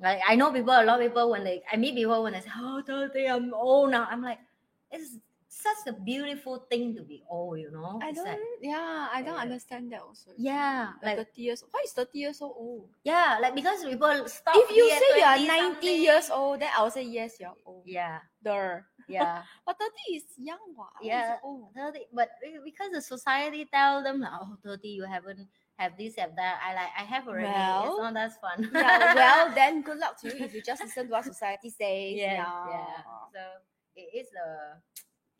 Like I know people, a lot of people when they I meet people when they say, "Oh, 30, I'm old now." I'm like, it's such a beautiful thing to be old, you know. I It's don't. like- yeah, I don't uh, understand that also. yeah, Like, like thirty years. Why is thirty years so old? yeah, like because people stop. If you here, say you are 20 ninety something. years old, then I will say yes, you're old. yeah, Duh. yeah. But thirty is young, what? Yeah. Old. 30 but be- because the society tell them like, oh 30 you haven't have this have that i like i have already it's Well, not that fun yeah. Well, then good luck to you if you just listen to what society says. yeah yeah. yeah so it is a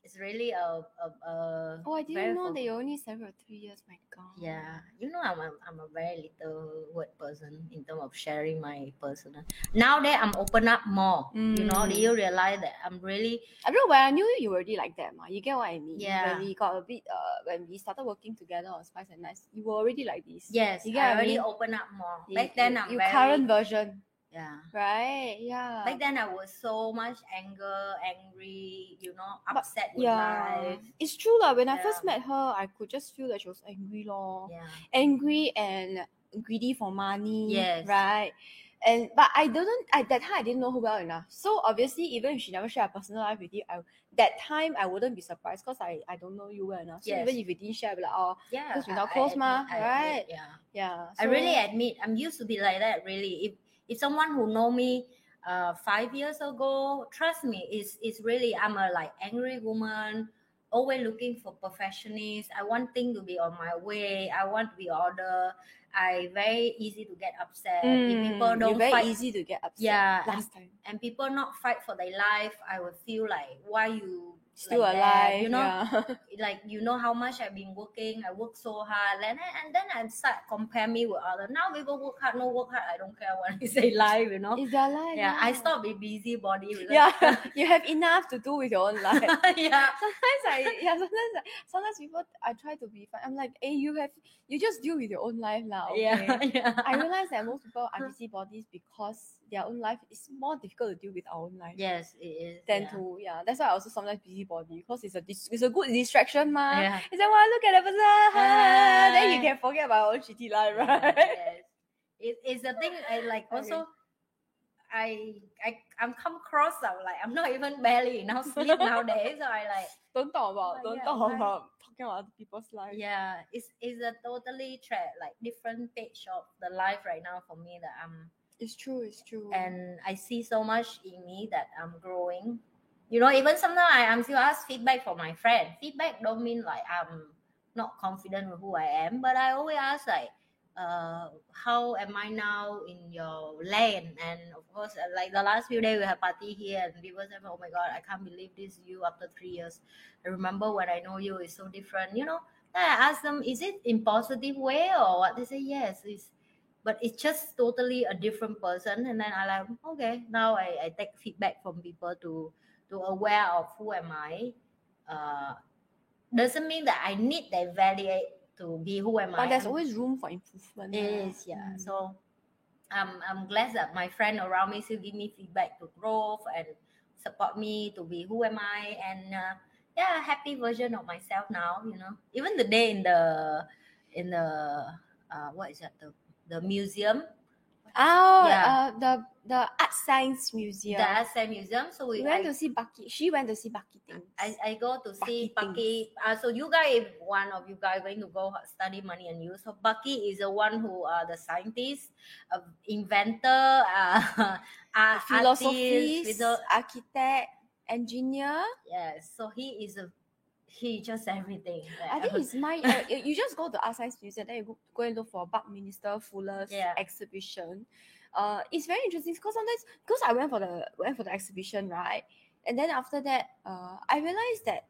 it's really a, a, a Oh, I very didn't know they fulfilling. only celebrate three years. My God. yeah you know I'm a, I'm a very little word person in terms of sharing my personal now that i'm open up more you know Mm. do you realize that i'm really I don't know when I knew you, you were already like that, ma. You get what I mean? Yeah. When we got a bit, uh, when we started working together on Spice and Nice, you were already like this. yes You get i what I already mean? open up more You- back then you- i'm your very current version, yeah right? Yeah. Back then, I was so much anger, angry, you know, But- upset with yeah, life. it's true lah. When I Yeah. first met her, I could just feel that she was angry, lor. Yeah, Angry and greedy for money. Yes. Right. And but I didn't. I that time I didn't know her well enough. So obviously, even if she never shared her personal life with you, I that time I wouldn't be surprised because I I don't know you well enough. So Yes. even if you didn't share, I'd be like, oh, yeah. Because we're I- not I close admit- I mah, admit, right? Yeah, yeah. I so- really admit I'm used to be like that. Really, if if someone who know me, uh, five years ago, trust me, it's it's really I'm a like angry woman, always looking for perfectionist. I want things to be on my way. I want to be order. I very easy to get upset. if people don't Mm, you're very fight easy to get upset. Yeah, last time and people not fight for their life, I will feel like why you still like that? alive. you know, yeah. like you know how much I've been working, I work so hard, and then, and then I start compare me with other. Now people work hard, no work hard, I don't care what is their life, you know. it's their life. Yeah, I stop being busybody. because- Yeah, you have enough to do with your own life. sometimes yeah, I yeah, sometimes I, sometimes people I try to be fun. I'm like, hey, you have you just deal with your own life now. yeah, yeah. I realize that most people are busybodies because their own life is more difficult to deal with our own life. yes, it is. Than yeah. to yeah, that's why I also sometimes busybody because it's a dis- it's a good distraction, ma. Yeah. It's like, wow, look at the person. ah, then you Ah. can forget about your own shitty life, right? yes. It, it's the thing I like Okay. also I I I'm come across I'm like I'm not even barely enough sleep nowadays. So I like don't talk about, Oh, don't yeah, talk right. about talking about other people's life. yeah, it's it's a totally tra- like different page of the life right now for me that I'm It's true, it's true. and I see so much in me that I'm growing. You know, even sometimes I, I'm still asked feedback from my friend. Feedback don't mean like I'm not confident with who I am, but I always ask like, uh, how am I now in your lane? And of course, uh, like the last few days we have party here, and people say, "Oh my god, I can't believe this you after three years." I remember when I know you is so different. You know, then I ask them, "Is it in positive way or what?" They say, "Yes, it's." But it's just totally a different person, and then I like okay now I, I take feedback from people to to aware of who am I. Uh, doesn't mean that I need to evaluate to be who am I. but there's I'm- always room for improvement. it lah. is, yeah. Mm. So I'm I'm glad that my friend around me still give me feedback to growth and support me to be who am I and uh, yeah, happy version of myself now, you know. Even the day in the in the uh what is that the the museum, Oh, Yeah. uh, the the art science museum. the Assam Museum. So we we went I, to see Bucky. She went to see Bucky things. I, I go to see Bucky Bucky. Uh, so you guys, if one of you guys going to go study money and you. So Bucky is the one who are the scientist, uh, inventor, uh, uh, Philosophist, artist, philo- architect, engineer. yes. So he is a he just everything. I Uh-huh. think it's mine. Uh, you you just go to Art Science Museum, then you go, go and look for Buck Minister Fuller's Yeah. exhibition. Uh, it's very interesting because sometimes because I went for the went for the exhibition right, and then after that, uh, I realized that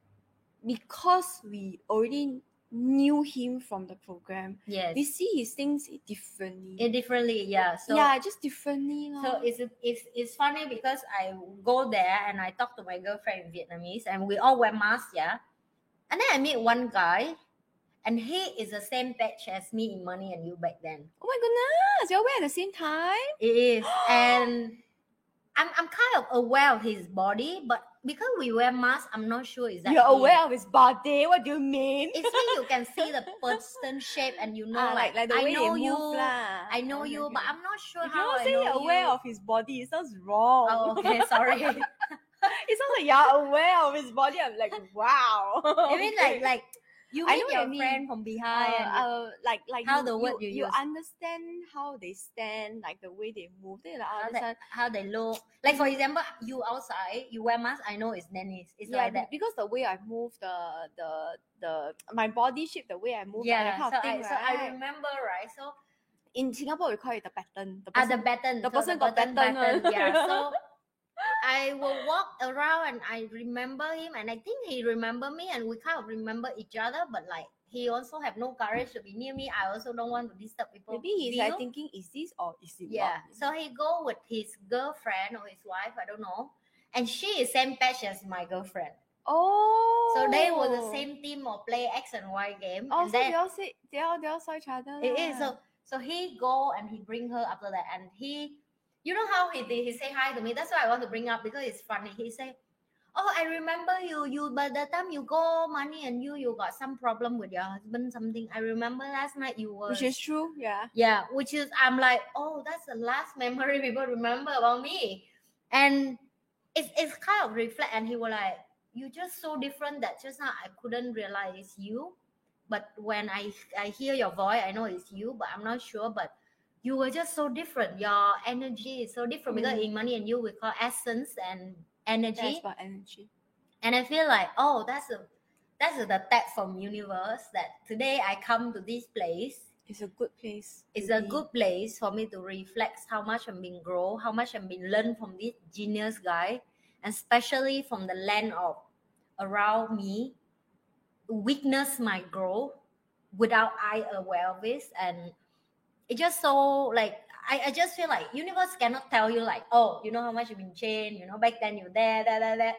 because we already knew him from the program, yes. we see his things differently. It differently, yeah. So yeah, just differently. So lor. it's, it's it's funny because I go there and I talk to my girlfriend in Vietnamese and we all wear masks, yeah. And then I meet one guy, and he is the same batch as me in money and you back then. oh my goodness, you're aware at the same time. It is, and I'm I'm kind of aware of his body, but because we wear masks, I'm not sure is that You're it. aware of his body. What do you mean? It's when you can see the person shape and you know Ah, like, I know you, lah. Oh I know you, but I'm not sure You how cannot I say know you're aware you. of his body. It sounds wrong. Oh, okay, sorry. I It sounds like you're aware of his body. I'm like, wow. mean, like, like you I meet know what your you mean. friend from uh, behind. and you- uh, like, like how you, the word you, you use. understand how they stand, like the way they move. They like, oh, how this they, one- how they look. Like for example, you outside, you wear mask. I know it's nannies. It's yeah, like be- that. because the way I move, the the the my body shape, the way I move, like that Yeah. kind so of thing, I so I right? remember right. So In Singapore, we call it the pattern. The at person- Ah, the pattern. the so person got pattern, pattern pattern, one. Yeah. So I will walk around and I remember him, and I think he remember me, and we kind of remember each other. But like he also have no courage to be near me. I also don't want to disturb people. Maybe he's view. like thinking, is this or is it Yeah. not? So he go with his girlfriend or his wife, I don't know. And she is same batch as my girlfriend. Oh. So they were the same team or play X and Y game. Oh, and so then they all say they all they all saw each other. it is lah. so so he go and he bring her after that and he you know how he did he say hi to me. That's why I want to bring up because it's funny. He say, Oh, I remember you, you by the time you go money and you you got some problem with your husband, something. I remember last night you were which is true. Yeah. yeah, which is I'm like, oh, that's the last memory people remember about me. And it's it's kind of reflect and he was like, You're just so different that just now I couldn't realize it's you. But when I I hear your voice, I know it's you, but I'm not sure. But you were just so different. Your energy is so different because Mm. in money and you we call essence and energy. That's about energy. And I feel like, oh, that's a that's a tap from universe that today I come to this place It's a good place. to it's a be. good place for me to reflect how much I'm being grow, how much I'm being learn from this genius guy, and especially from the land of around me, witness my growth without I aware of this, and it just so like I, I just feel like universe cannot tell you like oh you know how much you've been changed you know back then you there there there there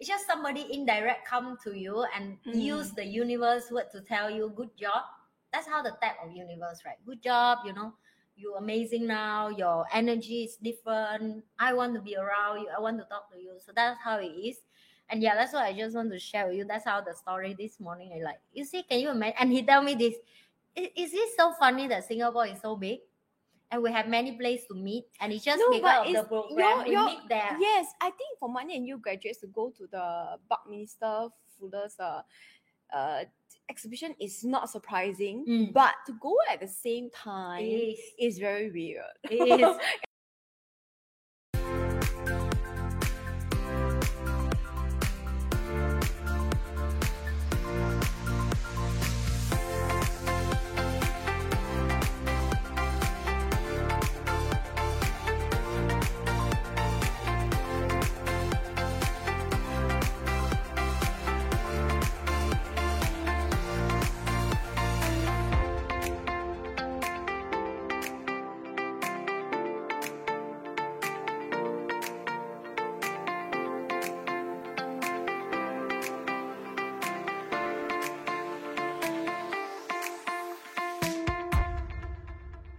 it's just somebody indirect come to you and Mm. use the universe word to tell you good job that's how the type of universe right good job you know you're amazing now your energy is different i want to be around you i want to talk to you so that's how it is and yeah that's what i just want to share with you that's how the story this morning i like you see can you imagine and he tell me this "I- is it so funny that singapore is so big and we have many places to meet and it's just No, but because of the it's- program your- we your- meet there Yes, I think for money and you graduates to go to the Buck Minister Fuller's uh, uh, exhibition is not surprising, Mm. but to go at the same time It is. is very weird. It is.